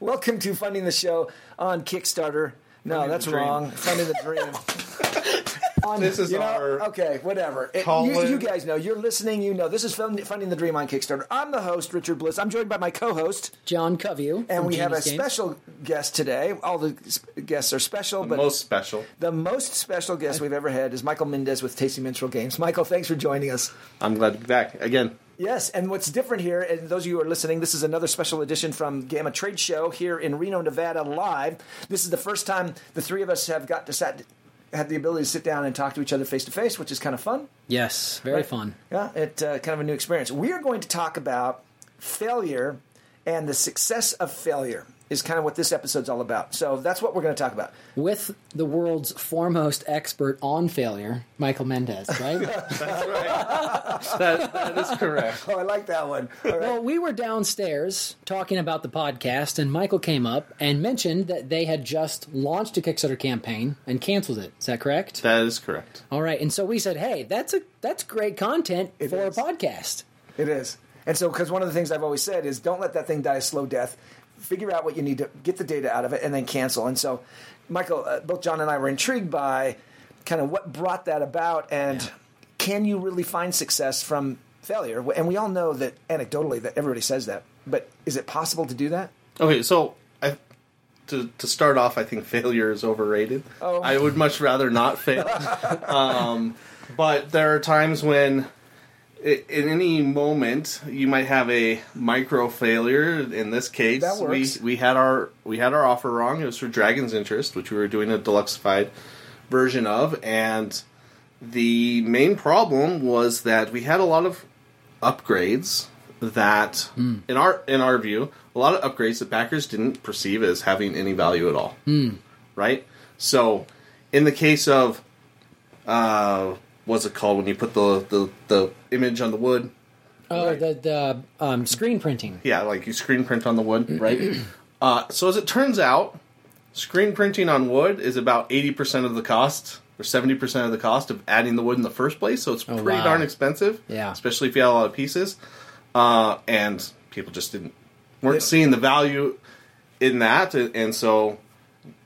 Welcome to funding the show on Kickstarter. No, Funding that's the Dream. wrong. Funding the dream. On- This is you know, our- okay, whatever. It- you, Colin- you guys know. You're listening. You know. This is Fund- funding the dream on Kickstarter. I'm the host, Richard Bliss. I'm joined by my co-host, John Covey. and we have a Games. special guest today. All the s- guests are special, but most special. the most special guest we've ever had is Michael Mendez with Tasty Minstrel Games. Michael, thanks for joining us. I'm glad to be back again. Yes, and what's different here, and those of you who are listening, this is another special edition from Gamma Trade Show here in Reno, Nevada, live. This is the first time the three of us have got to sat, had the ability to sit down and talk to each other face to face, which is kind of fun. Yes, very fun. Yeah, it uh, kind of a new experience. We are going to talk about failure and the success of failure is kind of what this episode's all about. So that's what we're going to talk about. With the world's foremost expert on failure, Michael Mendez, right? That, that is correct. Oh, I like that one. All right. well, we were downstairs talking about the podcast, and Michael came up and mentioned that they had just launched a Kickstarter campaign and canceled it. Is that correct? That is correct. All right. And so we said, hey, that's a that's great content It for is. a podcast. It is. And so, because one of the things I've always said is don't let that thing die a slow death. Figure out what you need to get the data out of it and then cancel. And so, Michael, uh, both John and I were intrigued by kind of what brought that about and Yeah. can you really find success from failure? And we all know that anecdotally that everybody says that, but is it possible to do that? Okay, so I, to to start off, I think failure is overrated. Oh. I would much rather not fail. um, but there are times when, i- in any moment, you might have a micro failure. In this case, That works. we we had our we had our offer wrong. It was for Dragon's Interest, which we were doing a deluxeified version of, and the main problem was that we had a lot of upgrades that in our in our view a lot of upgrades that backers didn't perceive as having any value at all, right? so in the case of uh what's it called when you put the the, the image on the wood Oh, the, the um, screen printing. yeah like you screen print on the wood right uh so as it turns out screen printing on wood is about 80% of the cost or 70% of the cost of adding the wood in the first place so it's pretty Oh, wow. darn expensive Yeah. especially if you had a lot of pieces uh and people just didn't weren't seeing the value in that and and so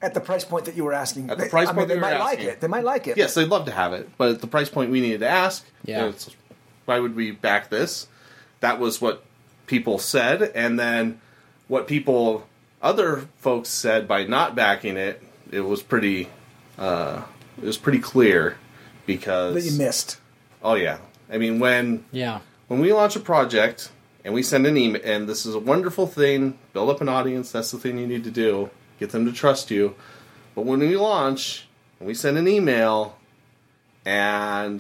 At the price point that you were asking, At the price I mean, point they that we might were like asking. it. They might like it. yes, they'd love to have it, but at the price point we needed to ask, Yeah. it's, why would we back this? That was what people said, and then what people, other folks said by not backing it, it was pretty, uh, it was pretty clear because that you missed. oh yeah, I mean when Yeah. when we launch a project and we send an email, and this is a wonderful thing, build up an audience, that's the thing you need to do, get them to trust you. But when we launch and we send an email, and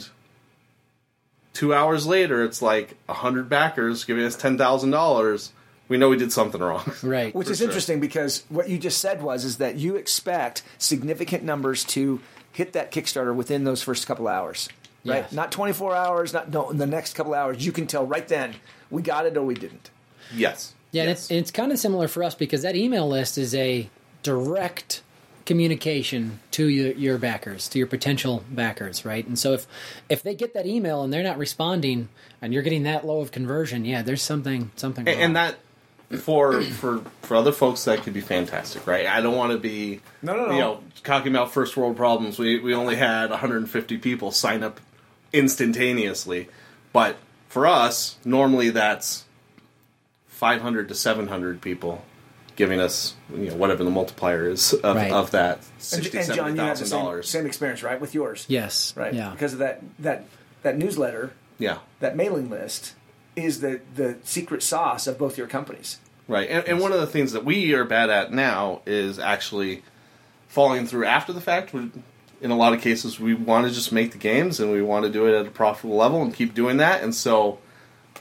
two hours later, it's like 100 backers giving us $10,000, we know we did something wrong. Right. Which is sure. interesting because what you just said was is that you expect significant numbers to hit that Kickstarter within those first couple hours, right? Yes. Not 24 hours, not no, in the next couple hours. You can tell right then we got it or we didn't. yes. Yeah, and yes. it's, it's kind of similar for us because that email list is a direct communication to your, your backers, to your potential backers, right? And so if if they get that email and they're not responding, and you're getting that low of conversion, yeah, there's something something. and, and that for for for other folks that could be fantastic right i don't want to be No, no, no. you know talking about first world problems we we only had 150 people sign up instantaneously but for us normally that's 500 to 700 people giving us you know whatever the multiplier is of, Right. of that And, 60 and John, you had the same, dollars same experience, right, with yours? yes, Right. yeah, Because of that that that newsletter, yeah that mailing list is the the secret sauce of both your companies. Right, and, and one of the things that we are bad at now is actually following through after the fact. We- In a lot of cases, we want to just make the games and we want to do it at a profitable level and keep doing that. And so,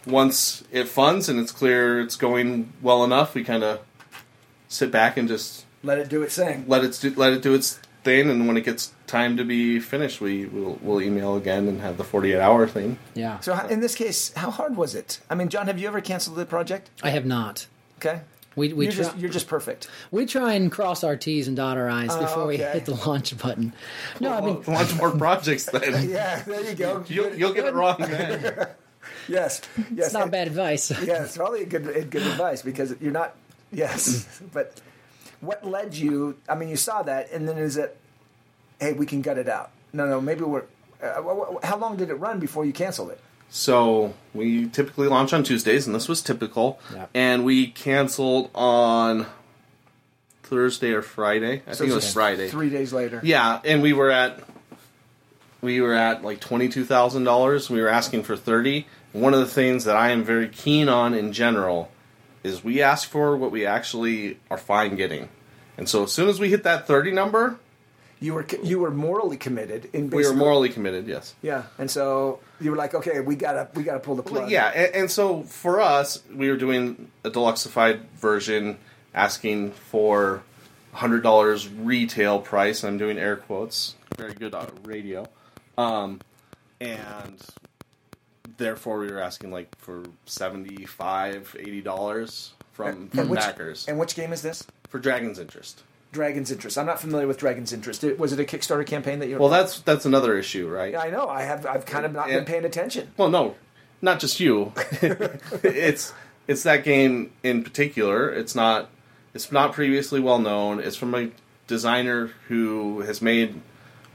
once it funds and it's clear it's going well enough, we kind of sit back and just Let it do its thing. let it do, let it do its thing. And when it gets time to be finished, we will we'll email again and have the forty eight hour thing. yeah. So how, in this case, how hard was it? I mean, John, have you ever canceled the project? I have not. Okay. We we you're, try, just, you're just perfect. we try and cross our T's and dot our I's before we Oh, okay. hit the launch button. No, I mean Launch more projects then. Yeah, there you go. You'll, you'll get it wrong then. Yes, yes, it's not bad advice. Yeah, it's probably a good a good advice because you're not Yes, but what led you? I mean, you saw that, and then is it? Hey, we can gut it out. No, no, maybe we're. Uh, wh- wh- how long did it run before you canceled it? So we typically launch on Tuesdays, and this was typical. Yeah. And we canceled on Thursday or Friday. I So think it's it was just Friday. Three days later. Yeah, and we were at we were at like twenty two thousand dollars. We were asking for thirty. One of the things that I am very keen on in general is we ask for what we actually are fine getting. And so as soon as we hit that thirty number, You were you were morally committed in. we are basically- morally committed, yes. Yeah, and so you were like, okay, we gotta we gotta pull the plug. Well, yeah, and, and so for us, we were doing a deluxeified version, asking for hundred dollars retail price. I'm doing air quotes. Very good uh, radio, um, and therefore we were asking like for 75 80 dollars from from And which, backers And which game is this? for Dragon's Interest. Dragon's Interest. I'm not familiar with Dragon's Interest. It- was it a Kickstarter campaign that you? Well, that's that's another issue, right? I know. I have. I've kind of not been Yeah. paying attention. Well, no, not just you. it's it's that game in particular. It's not it's not previously well known. It's from a designer who has made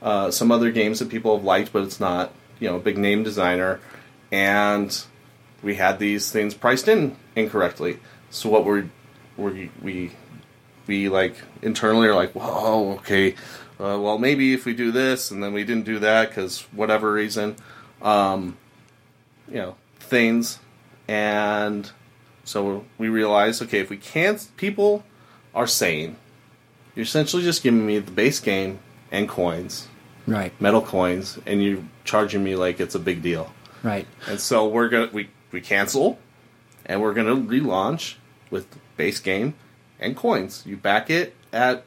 uh, some other games that people have liked, but it's not you know a big name designer. And we had these things priced in incorrectly. So what we're we we we like internally are like, whoa, okay, uh, well maybe if we do this and then we didn't do that because whatever reason you know things and so we realized okay if we can't people are saying you're essentially just giving me the base game and coins Right. metal coins and you're charging me like it's a big deal Right. and so we're gonna we, we cancel and we're gonna relaunch with base game and coins you back it at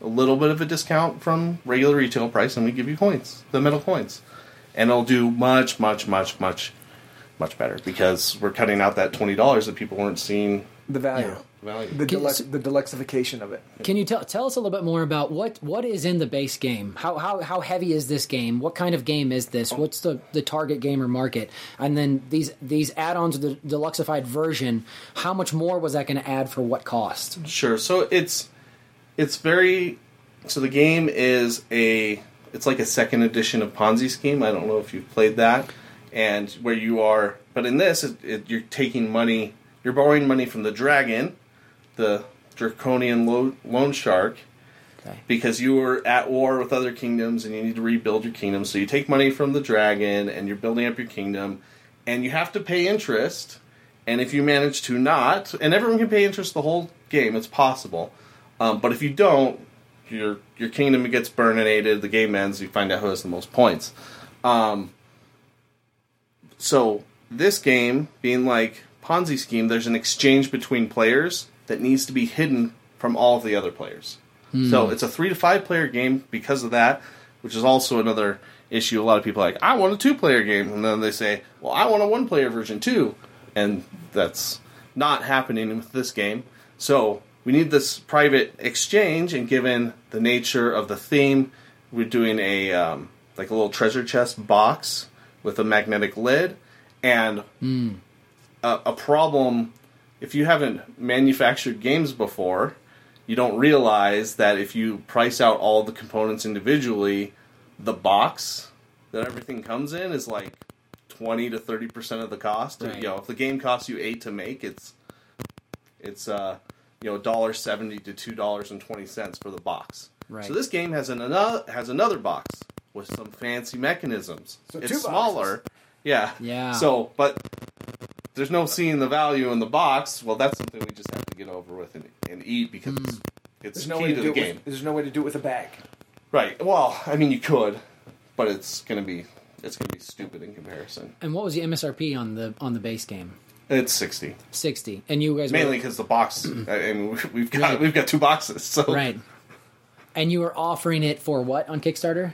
a little bit of a discount from regular retail price and we give you coins the metal coins and it'll do much much much much much better because we're cutting out that $20 that people weren't seeing The value. value The, Can- deluxe, the deluxification of it. Can you tell tell us a little bit more about what what is in the base game? How how how heavy is this game? What kind of game is this? What's the the target gamer market? And then these these add-ons, the deluxeified version. How much more was that going to add for what cost? Sure. So it's it's very so the game is a it's like a second edition of Ponzi scheme. I don't know if you've played that, and where you are, but in this, it, it, you're taking money, you're borrowing money from the dragon, the draconian lo- loan shark, Okay. because you were at war with other kingdoms and you need to rebuild your kingdom. So you take money from the dragon and you're building up your kingdom, and you have to pay interest. And if you manage to not, and everyone can pay interest the whole game, it's possible. Um, but if you don't, your your kingdom gets burninated. The game ends. You find out who has the most points. Um, So this game being like Ponzi scheme, there's an exchange between players that needs to be hidden from all of the other players. So it's a three to five player game because of that, which is also another issue. A lot of people are like, I want a two player game, and then they say, Well, I want a one player version too, and that's not happening with this game. So we need this private exchange, and given the nature of the theme, we're doing a um, like a little treasure chest box with a magnetic lid and a, a problem if you haven't manufactured games before you don't realize that if you price out all the components individually the box that everything comes in is like 20 to 30 percent of the cost Right. you know if the game costs you eight to make it's it's uh you know dollar 70 to two dollars and 20 cents for the box Right. so this game has an another has another box with some fancy mechanisms So it's two boxes. smaller yeah. Yeah. So, but there's no seeing the value in the box. Well, that's something we just have to get over with and, and eat because it's, it's There's no key way to to the do it. game. With, there's no way to do it with a bag. Right. Well, I mean, you could, but it's gonna be it's gonna be stupid in comparison. And what was the MSRP on the on the base game? It's sixty Sixty. And you guys were- mainly because the box. I mean, we- we've got we've got two boxes. So right. And you were offering it for what on Kickstarter?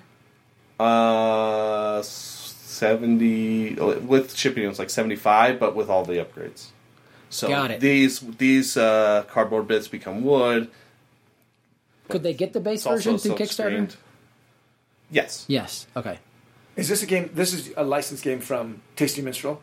Uh, seventy oh, with shipping it was like seventy five, but with all the upgrades. So Got it. these these uh, cardboard bits become wood. Could they get the base It's also version through Kickstarter? self-screened. Yes. Yes. Okay. Is this a game? This is a licensed game from Tasty Minstrel.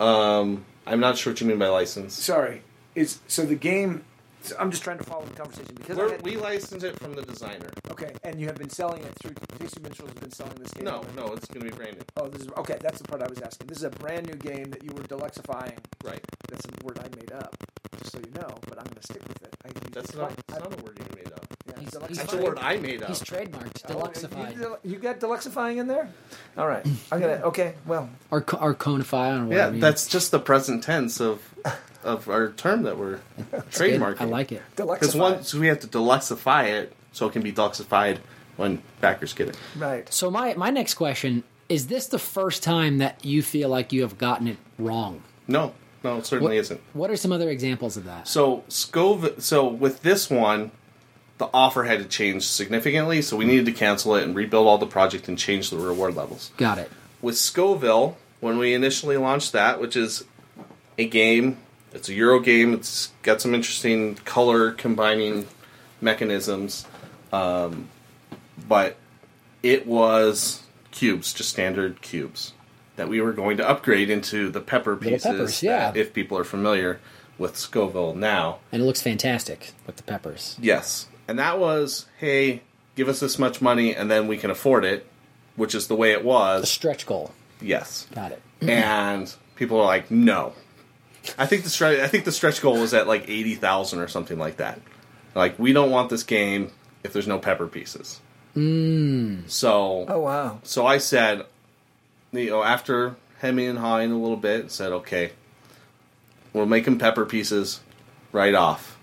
Um, I'm not sure what you mean by license. Sorry, is so the game So I'm just trying to follow the conversation because I We're, had- we license it from the designer. okay, and you have been selling it through Tasty Minstrels has been selling this game. No, no, it's going to be branded. Oh, this is okay. That's the part I was asking. This is a brand new game that you were deluxifying. Right. That's a word I made up, just so you know. But I'm going to stick with it. I used That's it not, twice. that's not a word you made up. Yeah, He's- deluxifying. he's That's a word I made up. He's trademarked, Oh, deluxified, You, del- you got deluxifying in there. All right. I'm gonna. Okay. Well, or co- or conified, or Yeah, whatever. you- that's just the present tense of of our term that we're good. trademarking. I like it. because deluxifying. once we have to deluxify it, so it can be deluxified when backers get it. Right. So my my next question is: This the first time that you feel like you have gotten it wrong? No, no, it certainly is isn't. What are some other examples of that? So Scov. So with this one, the offer had to change significantly, so we needed to cancel it and rebuild all the project and change the reward levels. Got it. With Scoville, when we initially launched that, which is a game, it's a Euro game. It's got some interesting color combining mechanisms, um, but it was cubes, just standard cubes that we were going to upgrade into the pepper pieces. peppers, yeah. that, if people are familiar with Scoville now, And it looks fantastic with the peppers. Yes. And that was, hey, give us this much money and then we can afford it, which is the way it A was. stretch goal. Yes. Got it. And people are like, no. I think the stretch I think the stretch goal was at like 80,000 or something like that. Like we don't want this game if there's no pepper pieces. Hmm. Mm. So Oh wow. so I said, you know, after hemming and hawing a little bit, said, okay, we'll make them pepper pieces right off.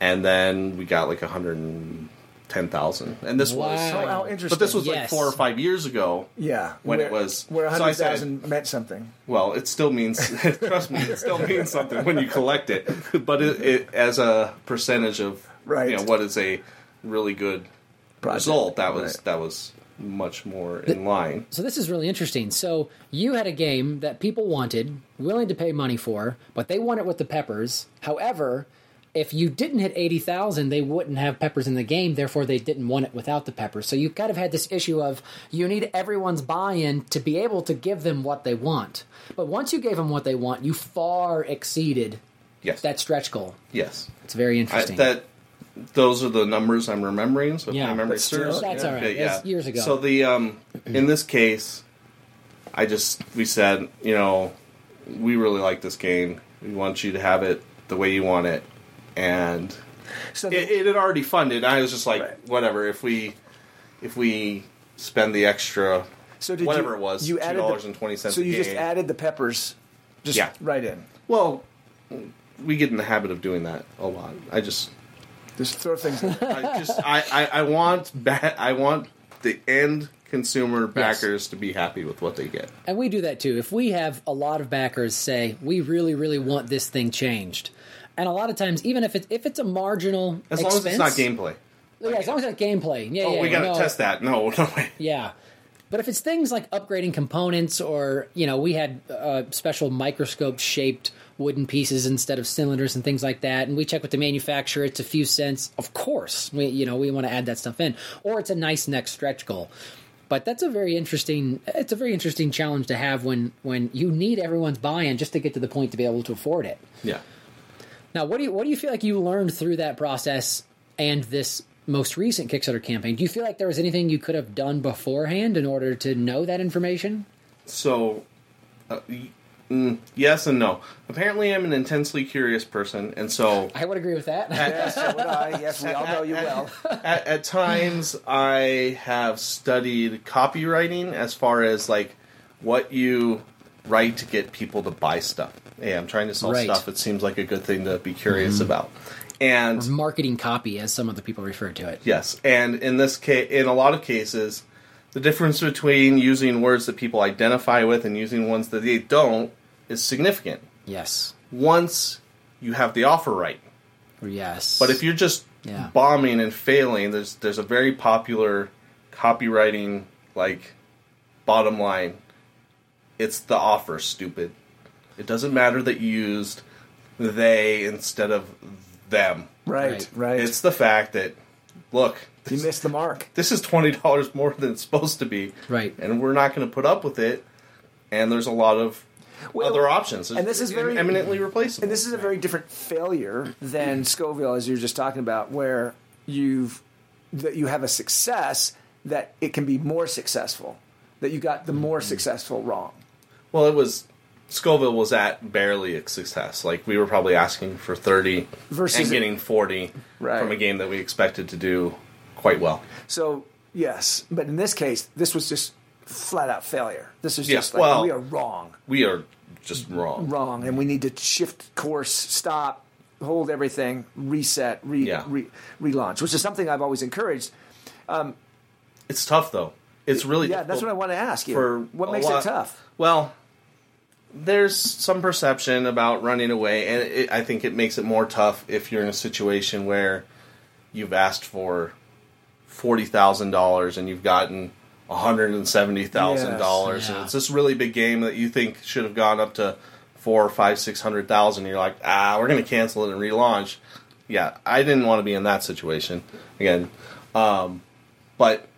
And then we got like 110,000. And this Oh, Wow. was, how interesting. but this was like Yes. four or five years ago. yeah. when where, it was- where so I hundred said- thousand meant something. Well, it still means, trust me, it still means something when you collect it. But it, it as a percentage of, Right. you know, what is a really good Project. result, that was, Right. that was much more in line. So this is really interesting. So you had a game that people wanted, willing to pay money for, but they want it with the peppers. However, if you didn't hit eighty thousand, they wouldn't have peppers in the game. Therefore, they didn't want it without the peppers. So you kind of had this issue of you need everyone's buy-in to be able to give them what they want. But once you gave them what they want, you far exceeded Yes. that stretch goal. yes. It's very I, interesting. that those are the numbers I'm remembering. So Yeah, if my memory but still, serves, That's yeah. all right. Okay, That's years ago. So the um, in this case, I just we said, you know, we really like this game. We want you to have it the way you want it, and So it, it had already funded. I was just like, Right. whatever. If we if we spend the extra, so did whatever you, it was, You two added the- dollars and twenty cents. So a you just game. added the peppers, just Yeah. right in. Well, we get in the habit of doing that a lot. I just Just throw things. in. I just I, I, I want ba- I want the end consumer backers to be happy with what they get. And we do that too. If we have a lot of backers say, we really, really want this thing changed. And a lot of times, even if it's if it's a marginal As long expense, as it's not gameplay. yeah, as long as it's not gameplay, yeah, Oh, yeah, we gotta no, test that. No, no way. yeah. But if it's things like upgrading components, or you know, we had uh, special microscope-shaped wooden pieces instead of cylinders and things like that, and we check with the manufacturer, it's a few cents. Of course, we you know we want to add that stuff in, or it's a nice next stretch goal. But that's a very interesting. It's a very interesting challenge to have when when you need everyone's buy-in just to get to the point to be able to afford it. Yeah. Now, what do you what do you feel like you learned through that process and this most recent Kickstarter campaign? Do you feel like there was anything you could have done beforehand in order to know that information? So, uh, y- mm, yes and no. Apparently, I'm an intensely curious person, and so I would agree with that. yes, so would I. Yes, we all know you well. at, at times I have studied copywriting as far as like what you write to get people to buy stuff. Hey, I'm trying to sell Right. stuff. It seems like a good thing to be curious Mm-hmm. about. And Marketing copy, as some of the people refer to it. Yes, and in this case, in a lot of cases, the difference between using words that people identify with and using ones that they don't is significant. Yes. Once you have the offer right, Yes. but if you're just Yeah. bombing and failing, there's there's a very popular copywriting like bottom line. It's the offer, stupid. It doesn't matter that you used they instead of them. Right, Right. right. It's the fact that look, you missed the mark. this is twenty dollars more than it's supposed to be, Right. And we're not going to put up with it. And there's a lot of Well, other options. and this is It's very- eminently replaceable. And this is a very different failure than Scoville, as you were just talking about, where you've that you have a success that it can be more successful. That you got the Mm-hmm. more successful wrong. well, it was Scoville was at barely a success. Like we were probably asking for thirty Versus- and getting forty Right. from a game that we expected to do quite well. So yes, but in this case, this was just flat out failure. This is Yeah, just like well- we are wrong, We are just wrong. wrong, and we need to shift course, stop, hold everything, reset, re, Yeah. re, relaunch, which is something I've always encouraged. It's tough though. It's really Yeah, that's difficult what I want to ask you. for what a makes lot- it tough? Well, there's some perception about running away, and it, I think it makes it more tough if you're in a situation where you've asked for forty thousand dollars and you've gotten one hundred and seventy thousand dollars, Yes. and Yeah. it's this really big game that you think should have gone up to four or five, six hundred thousand. You're like, ah, we're going to cancel it and relaunch. Yeah, I didn't want to be in that situation again, um, but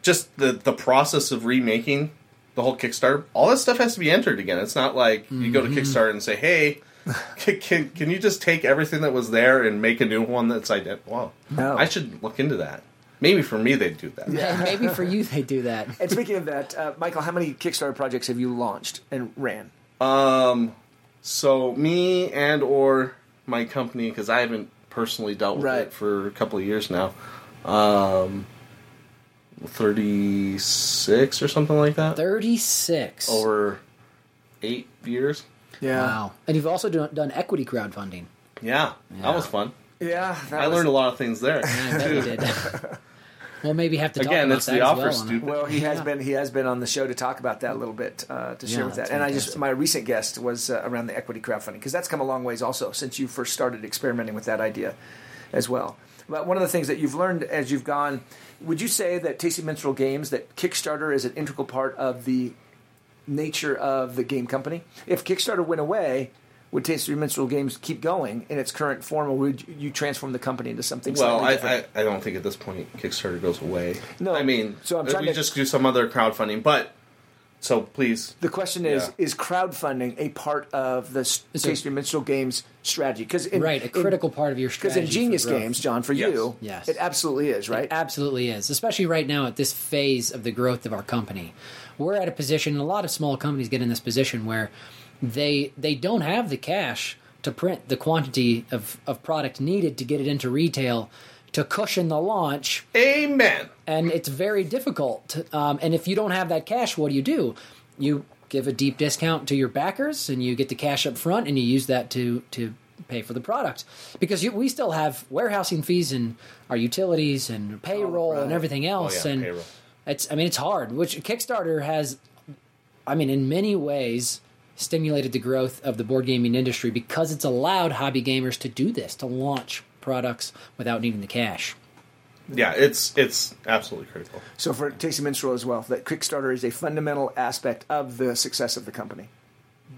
just the the process of remaking the whole Kickstarter, all that stuff has to be entered again. It's not like you go to Mm-hmm. Kickstarter and say, "Hey, can can, can you just take everything that was there and make a new one that's identical?" Wow, No. I should look into that. Maybe for me they'd do that. And maybe for you they do that. And speaking of that, uh, Michael, how many Kickstarter projects have you launched and ran? So me and or my company, because I haven't personally dealt with Right. it for a couple of years now. Um, thirty six or something like that Thirty six. over eight years. Yeah, Wow. And you've also done, done equity crowdfunding. Yeah, that was fun. yeah. that I was- learned a lot of things there. I bet you did. Well, maybe have to talk Again, about it's that the as offer, well. on a- stupid. Well, he has Yeah. been he has been on the show to talk about that a little bit uh, to share Yeah, with that. that's And I just fantastic. my recent guest was uh, around the equity crowdfunding because that's come a long ways also since you first started experimenting with that idea as well. But one of the things that you've learned as you've gone, would you say that Tasty Minstrel Games that Kickstarter is an integral part of the nature of the game company? If Kickstarter went away. Would Tasty Minstrel Games keep going in its current form, or would you transform the company into something? Well, slightly I, different? I, I don't think at this point Kickstarter goes away. No, I mean, so I'm if trying we to- just do some other crowdfunding. But so please, The question is: Yeah. Is crowdfunding a part of the s- It's a- Tasty Minstrel Games strategy? Because right, a critical part of your Because strategy. in Genius for growth. Games, John, for Yes. you, Yes. it absolutely is right. absolutely is, especially right now at this phase of the growth of our company. We're at a position, and a lot of small companies get in this position where they they don't have the cash to print the quantity of, of product needed to get it into retail to cushion the launch Amen. and it's very difficult. Um, and if you don't have that cash, what do you do? You give a deep discount to your backers, and you get the cash up front, and you use that to to pay for the product because you, we still have warehousing fees and our utilities and payroll and everything else. Oh, yeah, and payroll. it's I mean it's hard. Which Kickstarter has, I mean, in many ways. Stimulated the growth of the board gaming industry because it's allowed hobby gamers to do this to launch products without needing the cash. Yeah, it's it's absolutely critical. So for Tasty Minstrel as well, that Kickstarter is a fundamental aspect of the success of the company.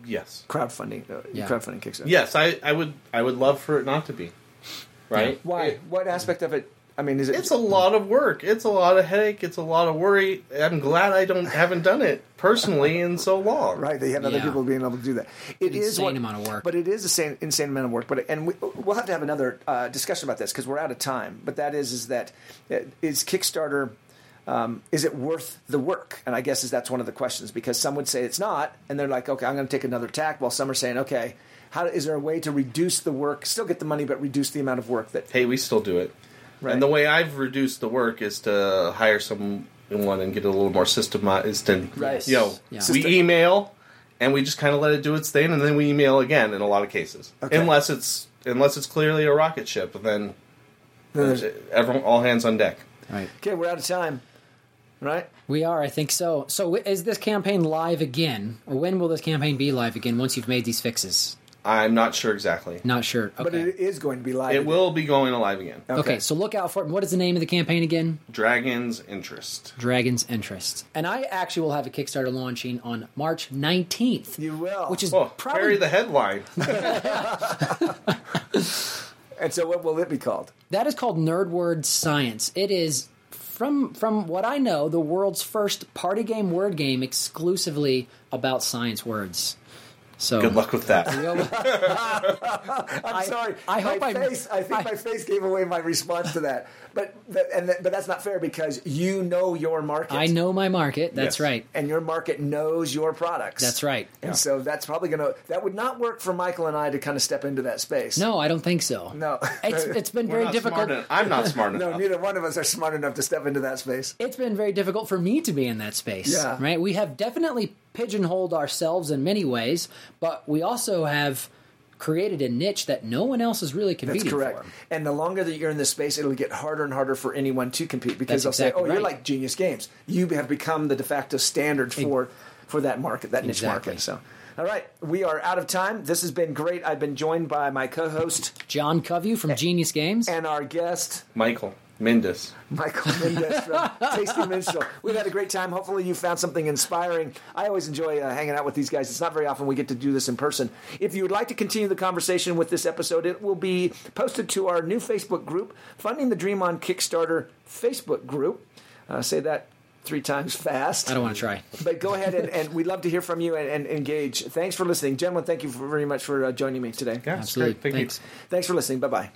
Yes, Crowdfunding, uh, Yeah. crowdfunding Kickstarter. yes. I, I would I would love for it not to be. Right? Why? It- what aspect of it? I mean, is it? it's a lot of work. It's a lot of headache. It's a lot of worry. I'm glad I don't haven't done it personally in so long. Right, they have other Yeah. people being able to do that. It is Insane what- amount of work. but it is a same, insane amount of work. But and we, we'll have to have another uh, discussion about this because we're out of time. But that is is that uh, is Kickstarter um, is it worth the work? And I guess is that's one of the questions because some would say it's not, and they're like, okay, I'm going to take another tack. While some are saying, okay, how is there a way to reduce the work, still get the money, but reduce the amount of work that? hey, we still do it. Right. And the way I've reduced the work is to hire someone and get it a little more systemized and Right. you know, Yeah. we System- email and we just kind of let it do its thing and then we email again in a lot of cases. Okay. Unless it's unless it's clearly a rocket ship, then everyone all hands on deck. Right. Okay, we're out of time, right? We are, I think so. So, w- is this campaign live again, or when will this campaign be live again? Once you've made these fixes, I'm not sure exactly. not sure. Okay. But it is going to be live. It will be going alive again. okay. so look out for it. And What is the name of the campaign again? Dragon's interest. Dragon's Interest. And I actually will have a Kickstarter launching on March nineteenth. You will. which is Oh, probably bury the headline. And so, what will it be called? that is called Nerd Word Science. It is from from what I know, the world's first party game word game exclusively about science words. So Good luck with that. luck. I'm sorry. I hope my I'm- face. I think I- my face gave away my response to that. But that, and that, but that's not fair because you know your market. I know my market. Yes. That's right. and your market knows your products. That's right. And so that's probably going to that would not work for Michael and I to kind of step into that space. No, I don't think so. No. it's it's been We're very not difficult. smart en- I'm not smart No, enough. neither one of us are smart enough to step into that space. it's been very difficult for me to be in that space. Yeah. Right? We have definitely pigeonholed ourselves in many ways, but we also have created a niche that no one else is really competing That's correct. for. And the longer that you're in this space, it'll get harder and harder for anyone to compete because That's they'll exactly say, "Oh, you're right. like Genius Games. You have become the de facto standard for for that market, that niche Exactly. market." So, all right, we are out of time. This has been great. I've been joined by my co-host John Covey from Genius Games. and our guest, Michael Mendes. Michael Mendez from Tasty Minstrel. We've had a great time. Hopefully, you found something inspiring. I always enjoy uh, hanging out with these guys. It's not very often we get to do this in person. If you would like to continue the conversation with this episode, it will be posted to our new Facebook group, Funding the Dream on Kickstarter Facebook group. Uh, say that three times fast. I don't want to try. But go ahead and, and we'd love to hear from you and, and engage. Thanks for listening. Gentlemen, thank you very much for uh, joining me today. Yeah, it's Absolutely. great. Thank you. Thanks. Thanks for listening. Bye bye.